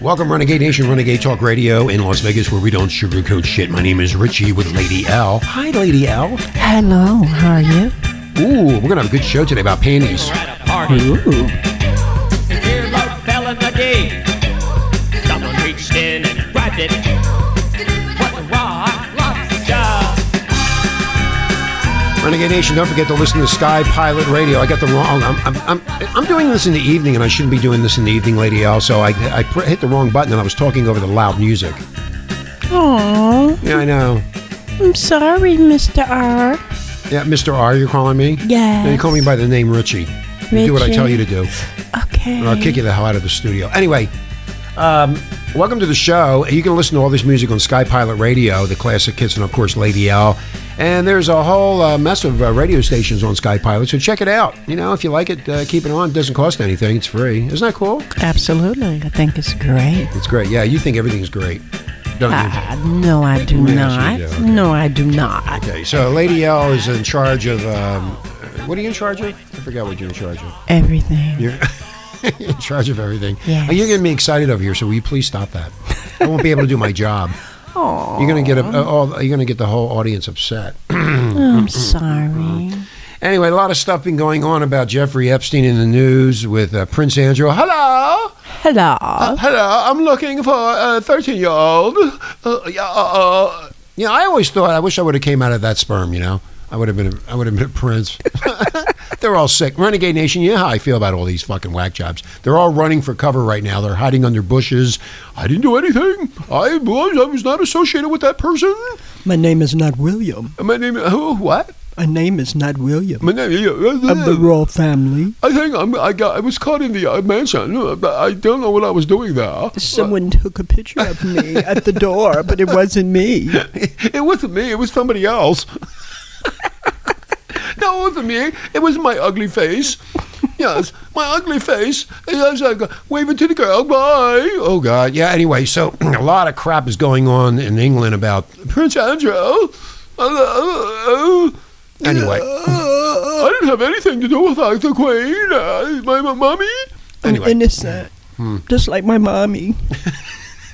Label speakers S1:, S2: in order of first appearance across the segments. S1: Welcome, Renegade Nation, Renegade Talk Radio in Las Vegas, where we don't sugarcoat shit. My name is Richie with Lady L. Hi, Lady L.
S2: Hello, how are you?
S1: Ooh, we're gonna have a good show today about panties.
S2: Ooh.
S3: Here love fell in the day. Someone reached in and grabbed it. What a rock lobster.
S1: Renegade Nation, don't forget to listen to Sky Pilot Radio. I got the wrong. I'm, I'm, I'm, I'm doing this in the evening, and I shouldn't be doing this in the evening, Lady L. So I, I pr- hit the wrong button, and I was talking over the loud music.
S2: Aw,
S1: Yeah, I know.
S2: I'm sorry, Mr. R.
S1: Yeah, Mr. R, you're calling me?
S2: Yes.
S1: Yeah, you call me by the name Richie. You do what I
S2: Richie.
S1: tell you to do.
S2: Okay.
S1: or I'll kick you the hell out of the studio. Anyway, um, welcome to the show. You can listen to all this music on Sky Pilot Radio, the classic hits, and of course Lady L. And there's a whole uh, mess of uh, radio stations on Sky Pilot, so check it out. You know, if you like it, uh, keep it on. It doesn't cost anything. It's free. Isn't that cool?
S2: Absolutely. I think it's great.
S1: It's great. Yeah, you think everything's great, don't you?
S2: Uh, no, I do
S1: Yes, you
S2: not.
S1: do, okay.
S2: No, I do not.
S1: Okay, so Lady L is in charge of. Um, what are you in charge of? I forgot what you're in charge of.
S2: Everything.
S1: You're in charge of everything.
S2: Yes.
S1: You're getting me excited over here, so will you please stop that? I won't be able to do my job. You're gonna get a, uh, all, you're gonna get the whole audience upset. Mm-hmm.
S2: I'm sorry.
S1: Anyway, a lot of stuff been going on about Jeffrey Epstein in the news with uh, Prince Andrew. Hello,
S2: Hello.
S1: hello. I'm looking for a 13 year old. Uh, yeah, uh, uh. You know, I always thought I wish I would have came out of that sperm. You know, I would have been a, I would have been a prince. They're all sick. Renegade Nation, you know how I feel about all these fucking whack jobs. They're all running for cover right now. They're hiding under bushes. I didn't do anything. I was, I was not associated with that person.
S4: My name is not William.
S1: My name, who, what?
S4: My name is not William.
S1: My name,
S4: Of the royal family.
S1: I think I'm, I got. I was caught in the uh, mansion. Uh, but I don't know what I was doing there.
S4: Someone took a picture of me at the door, but it wasn't me.
S1: It wasn't me. It was somebody else. no, it wasn't me. It was my ugly face. Yes, my ugly face. Yes, I go, waving to the girl. Bye. Oh God. Yeah. Anyway, so a lot of crap is going on in England about Prince Andrew. Hello. Anyway, I didn't have anything to do with uh, the Queen. Uh, my, my mommy.
S4: I'm
S1: Anyway. Hmm.
S4: innocent. Just like my mommy.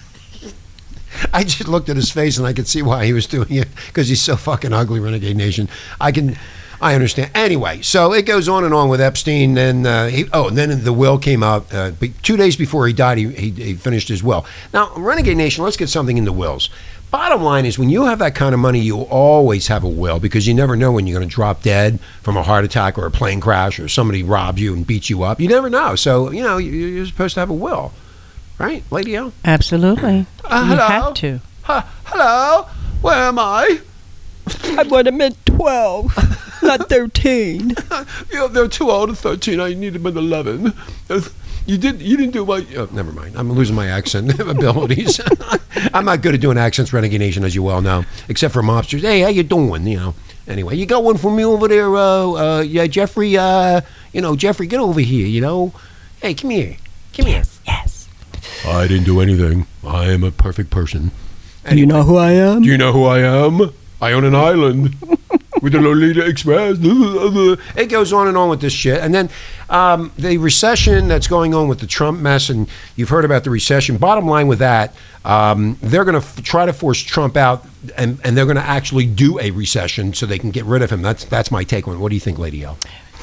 S1: I just looked at his face and I could see why he was doing it because he's so fucking ugly, Renegade Nation. I can, I understand. Anyway, so it goes on and on with Epstein, and uh, he, oh, and then the will came out uh, be- two days before he died. He, he, he finished his will. Now, Renegade Nation, let's get something into wills. Bottom line is, when you have that kind of money, you always have a will because you never know when you're going to drop dead from a heart attack or a plane crash or somebody robs you and beats you up. You never know. So, you know, you- you're supposed to have a will, right, Lady L?
S2: Absolutely.
S1: Uh,
S2: You
S1: hello?
S2: have to.
S1: Huh, hello, where am I?
S4: I would have been 12, not 13.
S1: You know, they're too old at thirteen. I need them at eleven. You did. You didn't do my. Oh, never mind. I'm losing my accent abilities. I'm not good at doing accents, Renegade Nation, as you well know, except for mobsters. Hey, how you doing? You know. Anyway, you got one for me over there, uh, uh, yeah, Jeffrey. Uh, you know, Jeffrey, get over here. You know. Hey, come here. Come here.
S2: Yes.
S1: I didn't do anything. I am a perfect person.
S4: Do you know who I am?
S1: Do you know who I am? I own an island with the Lolita Express. it goes on and on with this shit. And then um, the recession that's going on with the Trump mess, and you've heard about the recession. Bottom line with that, um, they're going to f- try to force Trump out, and, and they're going to actually do a recession so they can get rid of him. That's that's my take on it. What do you think, Lady L?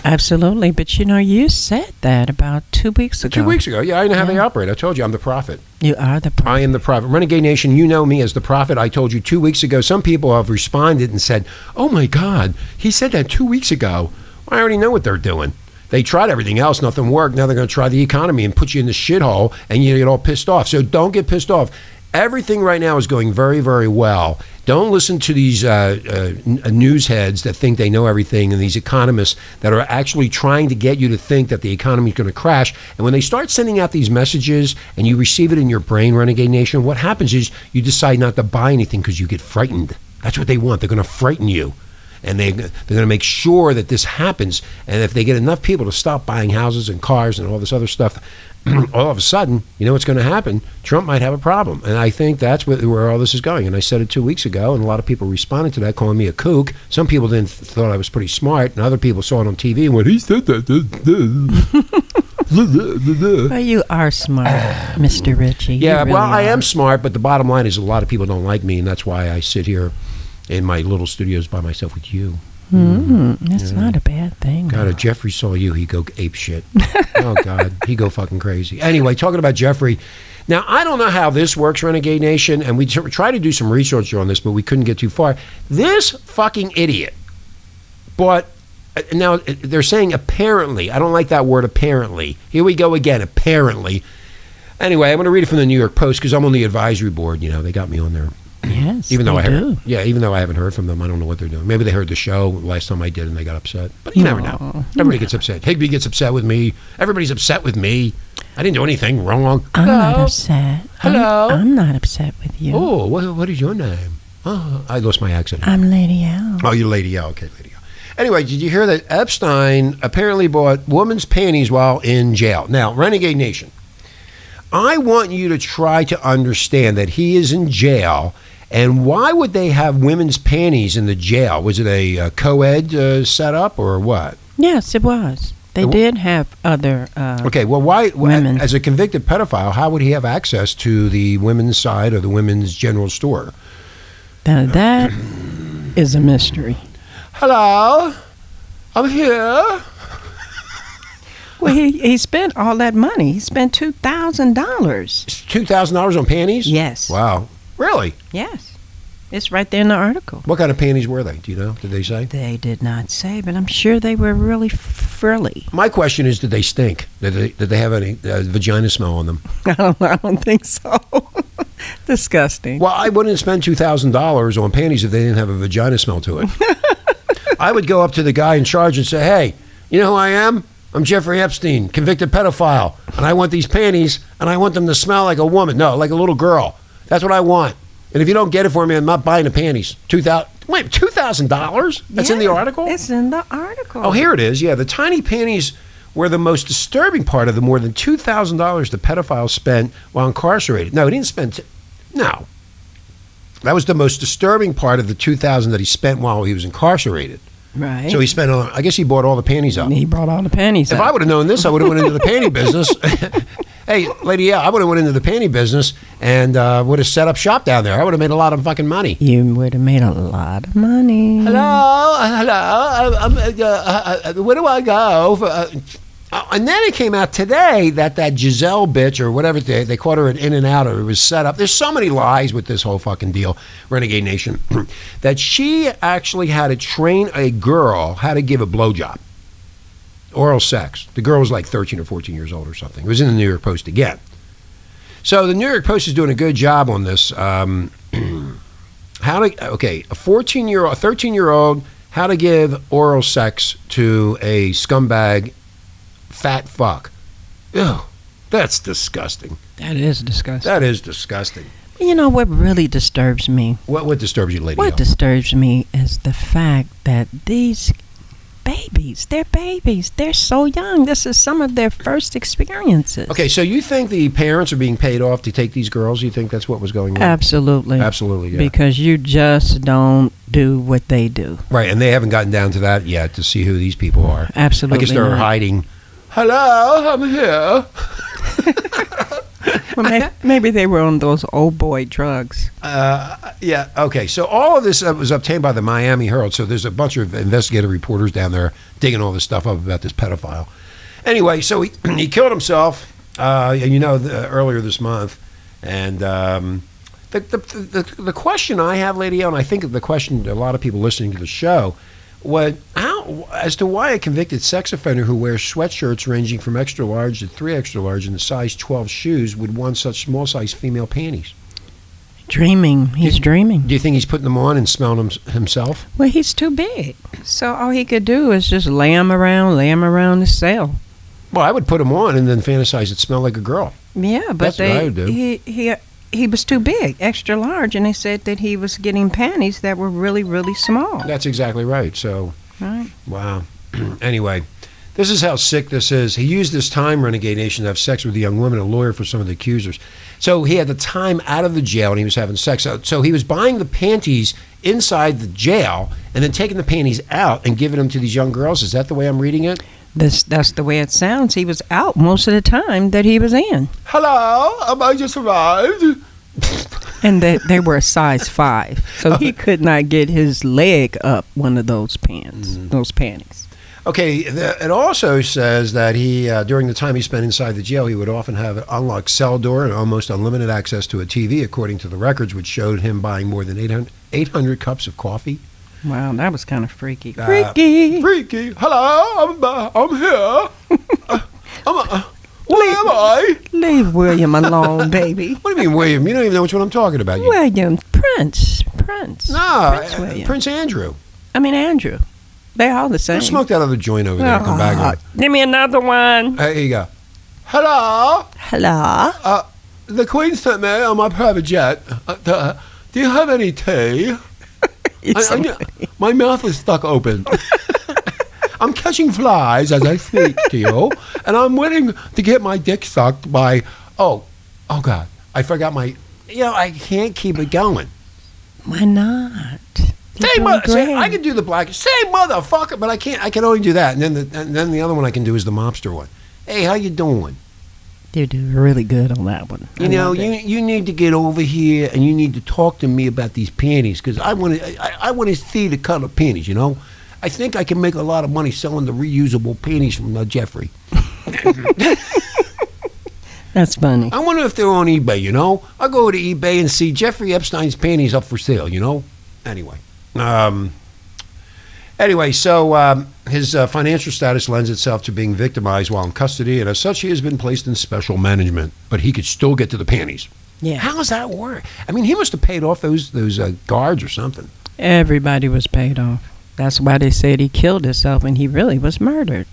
S2: Absolutely. But you know, you said that about two weeks ago.
S1: Two weeks ago, yeah, I know how they operate. I told you I'm the prophet.
S2: You are the pro-
S1: I am the prophet. Renegade Nation, you know me as the prophet. I told you two weeks ago. Some people have responded and said, Oh my God, he said that two weeks ago. Well, I already know what they're doing. They tried everything else, nothing worked. Now they're going to try the economy and put you in the shithole and you get all pissed off. So don't get pissed off. Everything right now is going very, very well. Don't listen to these uh, uh, n- uh, news heads that think they know everything and these economists that are actually trying to get you to think that the economy is going to crash. And when they start sending out these messages and you receive it in your brain, Renegade Nation, what happens is you decide not to buy anything because you get frightened. That's what they want. They're going to frighten you. And they, they're going to make sure that this happens. And if they get enough people to stop buying houses and cars and all this other stuff, all of a sudden, you know what's going to happen? Trump might have a problem. And I think that's where, where all this is going. And I said it two weeks ago, and a lot of people responded to that, calling me a kook. Some people then th- thought I was pretty smart, and other people saw it on TV and went, he said that.
S2: Well, you are smart, Mr. Ritchie. You
S1: Yeah,
S2: really
S1: well, I am
S2: are.
S1: smart, but the bottom line is a lot of people don't like me, and that's why I sit here in my little studios by myself with you. Mm-hmm.
S2: Mm, that's not a bad thing.
S1: God, if Jeffrey saw you, he'd go ape shit. oh God, he'd go fucking crazy. Anyway, talking about Jeffrey. Now I don't know how this works, Renegade Nation, and we tr- tried to do some research on this, but we couldn't get too far. This fucking idiot. But uh, now uh, they're saying apparently. I don't like that word apparently. Here we go again. Apparently. Anyway, I'm going to read it from the New York Post because I'm on the advisory board. You know, they got me on there
S2: Yes,
S1: even though
S2: they
S1: I heard,
S2: do.
S1: yeah, even though I haven't heard from them, I don't know what they're doing. Maybe they heard the show last time I did and they got upset. But you never know. Everybody gets upset. Higby gets upset with me. Everybody's upset with me. I didn't do anything wrong.
S2: I'm not upset. I'm-
S1: Hello?
S2: I'm, not upset with you.
S1: Oh, what, what is your name? Oh, I lost my accent.
S2: I'm Lady Al.
S1: Oh, you're Lady L. Okay, Lady L. Anyway, did you hear that Epstein apparently bought woman's panties while in jail? Now, Renegade Nation, I want you to try to understand that he is in jail. And why would they have women's panties in the jail? Was it a, uh co-ed uh, setup or what?
S2: Yes, it was. They
S1: It w-
S2: did have other. Uh,
S1: Okay, well, why, wh-
S2: Women.
S1: as a convicted pedophile, how would he have access to the women's side or the women's general store?
S2: Now that is a mystery.
S1: Hello, I'm here.
S2: Well, he, he spent all that money. He spent two thousand dollars.
S1: It's two thousand dollars on panties.
S2: Yes.
S1: Wow, really?
S2: Yes. It's right there in the article.
S1: What kind of panties were they? Do you know? Did they say?
S2: They did not say, but I'm sure they were really frilly.
S1: My question is, did they stink? Did they, did they have any uh, vagina smell on them?
S2: I don't, I don't think so. Disgusting.
S1: Well, I wouldn't spend two thousand dollars on panties if they didn't have a vagina smell to it. I would go up to the guy in charge and say, "Hey, you know who I am? I'm Jeffrey Epstein, convicted pedophile, and I want these panties, and I want them to smell like a woman. No, like a little girl. That's what I want. And if you don't get it for me, I'm not buying the panties. Two thousand. Wait, two thousand dollars? That's in the
S2: Yeah,
S1: article.
S2: It's in the article.
S1: Oh, here it is. Yeah, the tiny panties were the most disturbing part of the more than two thousand dollars the pedophile spent while incarcerated. No, he didn't spend. T- no, that was the most disturbing part of the two thousand that he spent while he was incarcerated.
S2: Right.
S1: So he spent on. I guess he bought all the panties up.
S2: he brought all the panties.
S1: If
S2: out.
S1: I would have known this, I would have went into the panty business. hey, lady, yeah, I would have went into the panty business and uh, would have set up shop down there. I would have made a lot of fucking money.
S2: you would have made a lot of money.
S1: Hello, hello. i I'm, uh, uh, uh, where do I go? For, uh, uh, and then it came out today that that Giselle bitch or whatever they, they caught her at In and Out or it was set up. There's so many lies with this whole fucking deal, Renegade Nation, that she actually had to train a girl how to give a blowjob, oral sex. The girl was like 13 or 14 years old or something. It was in the New York Post again. So the New York Post is doing a good job on this. Um, how to okay a 14 year old a 13 year old how to give oral sex to a scumbag fat fuck Ew, that's disgusting
S2: That is disgusting.
S1: that is disgusting
S2: You know what really disturbs me?
S1: what what disturbs you lady
S2: What
S1: L?
S2: disturbs me is the fact that these babies, they're babies, they're so young. This is some of their first experiences.
S1: okay so you think the parents are being paid off to take these girls you think that's what was going on
S2: Absolutely.
S1: absolutely yeah
S2: Because you just don't do what they do.
S1: right and they haven't gotten down to that yet to see who these people are
S2: Absolutely.
S1: i guess they're
S2: not.
S1: hiding hello i'm here
S2: Well, may- maybe they were on those old boy drugs.
S1: Uh, yeah. Okay. So all of this uh, was obtained by the Miami Herald. So there's a bunch of investigative reporters down there digging all this stuff up about this pedophile. Anyway, so he, he killed himself. Uh, you know, the, earlier this month, and um, the, the the the question I have, Lady L, and I think the question to a lot of people listening to the show, was how as to why a convicted sex offender who wears sweatshirts ranging from extra large to three extra large and the size twelve shoes would want such small size female panties.
S2: Dreaming. He's dreaming.
S1: Do you think he's putting them on and smelling them himself?
S2: Well, he's too big. So all he could do is just lay him around, lay him around the cell.
S1: Well, I would put them on and then fantasize it smelled like a girl.
S2: Yeah, but
S1: That's what
S2: they
S1: I would do.
S2: he he he was too big, extra large, and they said that he was getting panties that were really really small.
S1: That's exactly right. So,
S2: Right.
S1: wow. anyway, This is how sick this is. He used this time, Renegade Nation, to have sex with a young woman, a lawyer for some of the accusers. So he had the time out of the jail and he was having sex. So, so he was buying the panties inside the jail and then taking the panties out and giving them to these young girls. Is that the way I'm reading it?
S2: This, that's the way it sounds. He was out most of the time that he was in,
S1: Hello, um, I just arrived.
S2: and they, they were a size five, so he could not get his leg up one of those pants,
S1: Mm-hmm.
S2: those panties.
S1: Okay, the, it also says that he, uh, during the time he spent inside the jail, he would often have an unlocked cell door and almost unlimited access to a TV, according to the records, which showed him buying more than 800, 800 cups of coffee.
S2: Wow, that was kind of freaky.
S1: Uh,
S2: freaky.
S1: Freaky, hello, I'm, uh, I'm here. Uh, I'm, uh, where am I?
S2: Leave William alone, baby.
S1: What do you mean, William? You don't even know which one I'm talking about. You.
S2: William Prince, Prince.
S1: No, uh,
S2: Prince William.
S1: Prince Andrew.
S2: I mean Andrew. They all the same.
S1: Go smoke that other joint over there. and Come back.
S2: Ah, Give me another one.
S1: Hey, here you go. Hello.
S2: Hello.
S1: The Queen sent me on my private jet. Uh, uh, do you have any tea? I- I'm- my mouth is stuck open. I'm catching flies as I speak to you, and I'm waiting to get my dick sucked by. Oh, oh God! I forgot my. You know, I can't keep it going.
S2: Why not? You're
S1: Say,
S2: doing
S1: mo- say,
S2: great.
S1: I can do the black. Say, motherfucker, but I can't. I can only do that, and then the and then the other one I can do is the mobster one. Hey, how you doing?
S2: You do really good on that one.
S1: You
S2: I
S1: know,
S2: love
S1: you,
S2: it.
S1: you need to get over here and you need to talk to me about these panties because I want to I, I want to see the color panties. You know, I think I can make a lot of money selling the reusable panties from uh, Jeffrey.
S2: That's funny.
S1: I wonder if they're on eBay. You know, I'll go to eBay and see Jeffrey Epstein's panties up for sale. You know, anyway. Um, anyway, so um, his uh, financial status lends itself to being victimized while in custody, and as such, he has been placed in special management. But he could still get to the panties.
S2: Yeah.
S1: How does that work? I mean, he must have paid off those those uh, guards or something.
S2: Everybody was paid off. That's why they said he killed himself and he really was murdered.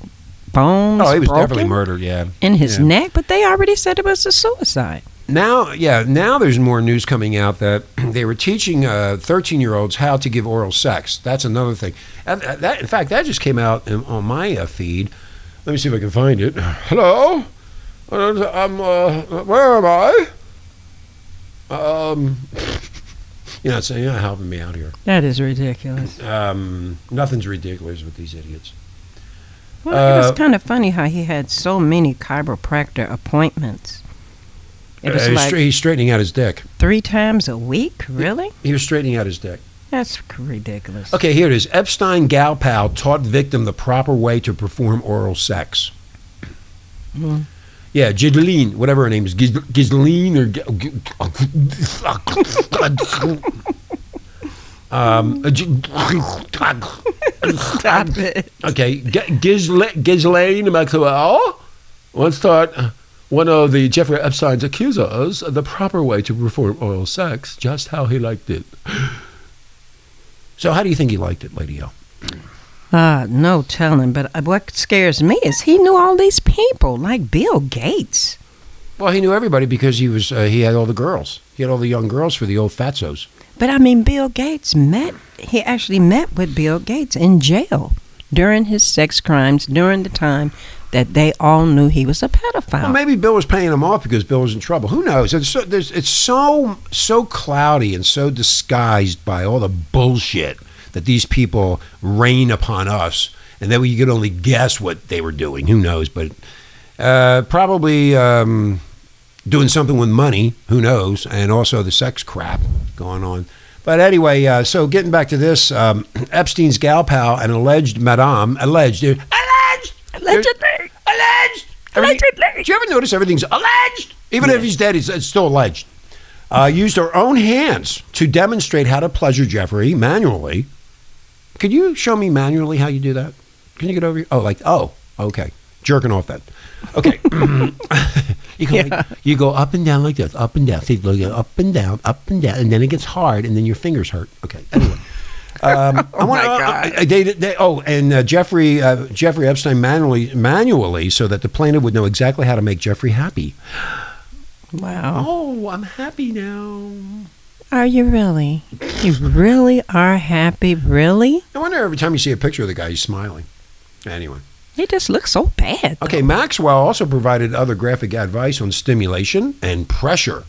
S2: Bones
S1: Oh, he was
S2: broken
S1: definitely murdered. Yeah.
S2: in his
S1: yeah.
S2: neck, but they already said it was a suicide.
S1: Now, yeah, now there's more news coming out that they were teaching 13 year olds how to give oral sex. That's another thing. And, uh, that, in fact, that just came out in, on my uh, feed. Let me see if I can find it. Hello, Uh, I'm. Uh, where am I? Um, you know, so you're not helping me out here.
S2: That is ridiculous.
S1: Um, nothing's ridiculous with these idiots.
S2: Well, it
S1: Uh,
S2: was kind of funny how he had so many chiropractor appointments. It was
S1: Uh, he's
S2: like
S1: stra- he's straightening out his dick.
S2: three times a week, really?
S1: He was straightening out his dick.
S2: That's c- ridiculous.
S1: Okay, here it is. Epstein gal pal taught victim the proper way to perform oral sex.
S2: Hmm.
S1: Yeah, Gideline, whatever her name is, Gis- Giseline or. G- um,
S2: Stop it.
S1: okay, G- Gisla- Ghislaine Maxwell once taught uh, one of the Jeffrey Epstein's accusers the proper way to perform oral sex, just how he liked it. So, how do you think he liked it, Lady O?
S2: Uh, no telling, but uh, what scares me is he knew all these people, like Bill Gates.
S1: Well, he knew everybody because he was uh, he had all the girls. He had all the young girls for the old fatzos.
S2: But I mean, Bill Gates met, he actually met with Bill Gates in jail during his sex crimes, during the time that they all knew he was a
S1: Well,
S2: pedophile.
S1: maybe Bill was paying him off because Bill was in trouble. Who knows? It's so, there's, it's so so cloudy and so disguised by all the bullshit that these people rain upon us, and then we could only guess what they were doing. Who knows? But uh, probably um, doing something with money. Who knows? And also the sex crap going on. But anyway, uh, so getting back to this, um, Epstein's gal pal, an alleged madame, alleged, alleged,
S2: Allegedly.
S1: alleged. Everything-
S2: Allegedly.
S1: Do you ever notice everything's alleged? Even if he's dead, it's, it's still alleged. Uh, used her own hands to demonstrate how to pleasure Jeffrey manually. Could you show me manually how you do that? Can you get over here? Oh, like, oh, okay. Jerking off then. Okay. you, go like- you go up and down like this, up and down. See, look, up and down, up and down. And then it gets hard, and then your fingers hurt. Okay. Anyway. Um, I want
S2: my God.
S1: uh, they, they, oh, and uh, Jeffrey uh, Jeffrey Epstein manually manually so that the plaintiff would know exactly how to make Jeffrey happy.
S2: Wow.
S1: Oh, I'm happy now.
S2: Are you really? You really are happy, really?
S1: I wonder every time you see a picture of the guy, he's smiling. Anyway,
S2: He just looks so bad.
S1: Okay, Maxwell also provided other graphic advice on stimulation and pressure.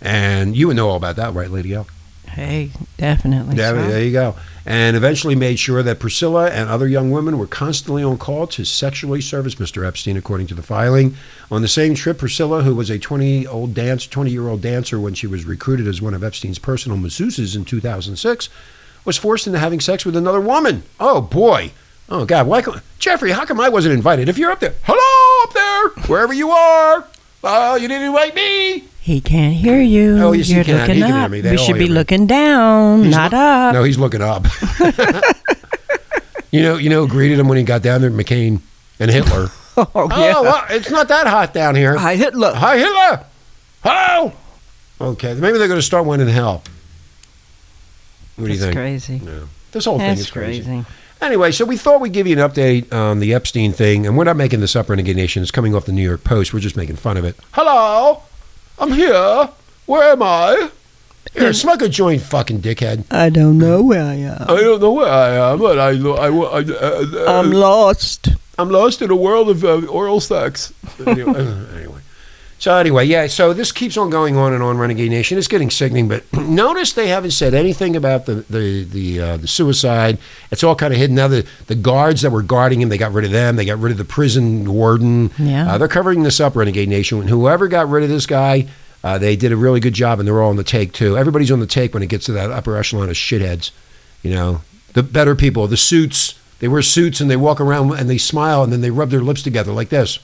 S1: And you would know all about that, right, Lady L?
S2: Hey, definitely.
S1: Yeah,
S2: so.
S1: there you go. And eventually made sure that Priscilla and other young women were constantly on call to sexually service Mr. Epstein, according to the filing. On the same trip, Priscilla, who was a 20 old dance, 20 year old dancer when she was recruited as one of Epstein's personal masseuses in 2006, was forced into having sex with another woman. Oh boy. Oh God. Why? Come, Jeffrey, how come I wasn't invited? If you're up there, hello up there, wherever you are. Oh, you didn't invite me.
S2: He can't hear you.
S1: Oh, yes, he
S2: You're
S1: can.
S2: looking
S1: He can
S2: up.
S1: hear me. They
S2: we
S1: all
S2: should
S1: hear
S2: be
S1: me.
S2: looking down,
S1: He's
S2: not
S1: loo-
S2: up.
S1: No, he's looking up. you know, you know, who greeted him when he got down there, McCain and Hitler.
S2: Oh,
S1: oh,
S2: yeah.
S1: well, it's not that hot down here.
S2: I hit look.
S1: Hi, Hitler. Hello. Okay, maybe they're going to start one in hell. What do you
S2: That's
S1: think?
S2: crazy.
S1: This whole thing
S2: That's
S1: is crazy.
S2: crazy.
S1: Anyway, so we thought we'd give you an update on the Epstein thing, and we're not making this up, Renegade Nation. It's coming off the New York Post. We're just making fun of it. Hello, I'm here. Where am I? Here, smoke a joint, fucking dickhead.
S4: I don't know where I am.
S1: I don't know where I am, but I, I, I, uh, uh,
S2: Um,
S4: I'm lost.
S1: I'm lost in a world of uh, oral sex. Anyway, uh, anyway. So anyway, yeah. So this keeps on going on and on, Renegade Nation. It's getting sickening. But notice they haven't said anything about the the the, uh, the suicide. It's all kind of hidden now. The the guards that were guarding him, they got rid of them. They got rid of the prison warden.
S2: Yeah.
S1: Uh, they're covering this up, Renegade Nation. And whoever got rid of this guy, uh, they did a really good job, and they're all on the take too. Everybody's on the take when it gets to that upper echelon of shitheads. You know, the better people, the suits. They wear suits and they walk around and they smile and then they rub their lips together like this.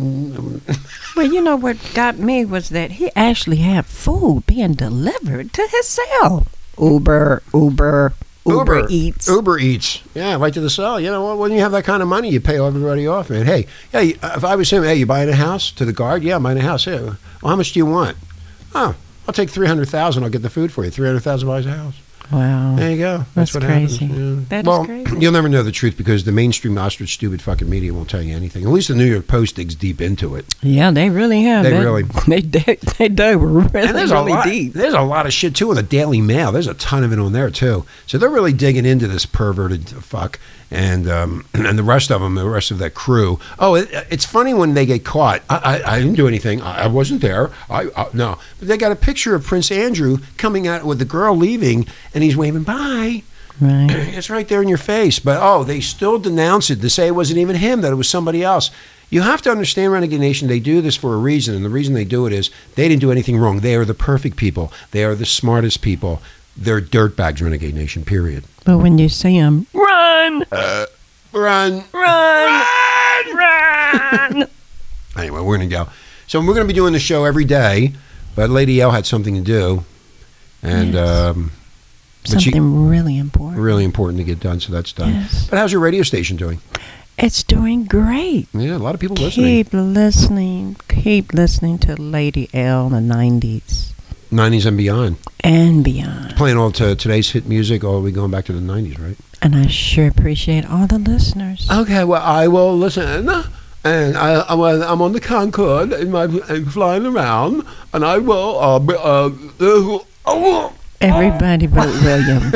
S2: Well, you know what got me was that he actually had food being delivered to his cell. Uber, Uber, Uber, Eats.
S1: Uber Eats. Yeah, right to the cell. You know, what? when you have that kind of money, you pay everybody off, man. Hey, hey, if I was him, hey, you buying a house to the guard? Yeah, I'm buying a house. Hey, well, how much do you want? Oh, I'll take three hundred thousand. I'll get the food for you. Three hundred thousand buys a house.
S2: Wow.
S1: There you go. That's,
S2: That's
S1: what
S2: crazy.
S1: happens. Yeah.
S2: That is
S1: well,
S2: crazy.
S1: you'll never know the truth because the mainstream ostrich, stupid fucking media won't tell you anything. At least the New York Post digs deep into it.
S2: Yeah, they really have.
S1: They really-
S2: They they, they dug really,
S1: And there's
S2: really
S1: a lot,
S2: deep.
S1: There's a lot of shit too in the Daily Mail. There's a ton of it on there too. So they're really digging into this perverted fuck and um, and the rest of them, the rest of that crew. Oh, it, it's funny when they get caught. I, I, I didn't do anything. I, I wasn't there. I, I no. But they got a picture of Prince Andrew coming out with the girl leaving, and he's waving bye.
S2: Right.
S1: it's right there in your face. But oh, they still denounce it to say it wasn't even him, that it was somebody else. You have to understand, Renegade Nation, they do this for a reason. And the reason they do it is they didn't do anything wrong. They are the perfect people, they are the smartest people. They're dirtbags, Renegade Nation, period.
S2: But when you see them, run,
S1: Run.
S2: run, run, run.
S1: Anyway, we're going to go. So we're going to be doing the show every day, but Lady L had something to do. And
S2: Yes.
S1: um, But you-
S2: Something really important.
S1: really important to get done, so that's done.
S2: Yes.
S1: But how's your radio station doing?
S2: It's doing great.
S1: Yeah, a lot of people listening.
S2: Keep listening. Keep listening to Lady L in the 90s
S1: 90s and beyond.
S2: and beyond.
S1: playing all to today's hit music all the way going back to the 90s, right?
S2: And I sure appreciate all the listeners.
S1: Okay, well, I will listen. And I, I, well, I'm on the Concorde and my, I'm flying around, and I will. Uh, b- uh, uh, oh,
S2: Everybody but William.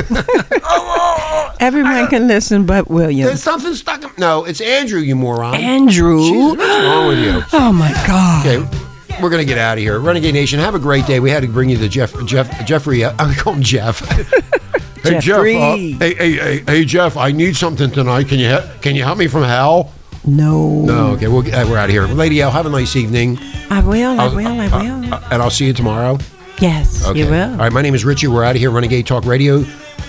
S1: Oh.
S2: Everyone can listen but William.
S1: there's something stuck. In, no, it's Andrew, you moron. Jesus,
S2: Andrew.
S1: what's wrong with you?
S2: Oh my God.
S1: Okay, we're gonna get out of here. Renegade Nation, have a great day. We had to bring you the Jeff, Jeff, Jeffrey. Uh, I call him Jeff. hey Jeff. uh,
S2: Jeffrey.
S1: hey, hey, hey, hey Jeff. I need something tonight. Can you he- can you help me from hell?
S2: No.
S1: No, okay, we'll, uh, we're out of here. Lady L, have a nice evening.
S2: I will, I
S1: I'll-
S2: will, I
S1: uh,
S2: will.
S1: uh, and I'll see you tomorrow.
S2: yes,
S1: Okay.
S2: you
S1: All
S2: will.
S1: right, my name is Richie. We're out of here, Renegade Talk Radio.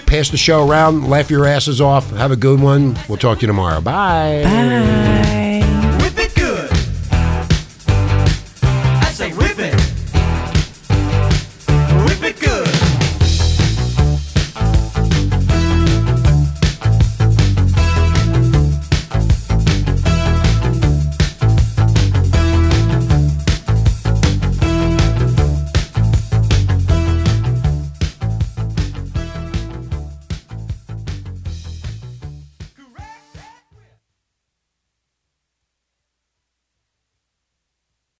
S1: Pass the show around, laugh your asses off, have a good one. We'll talk to you tomorrow. Bye.
S2: Bye.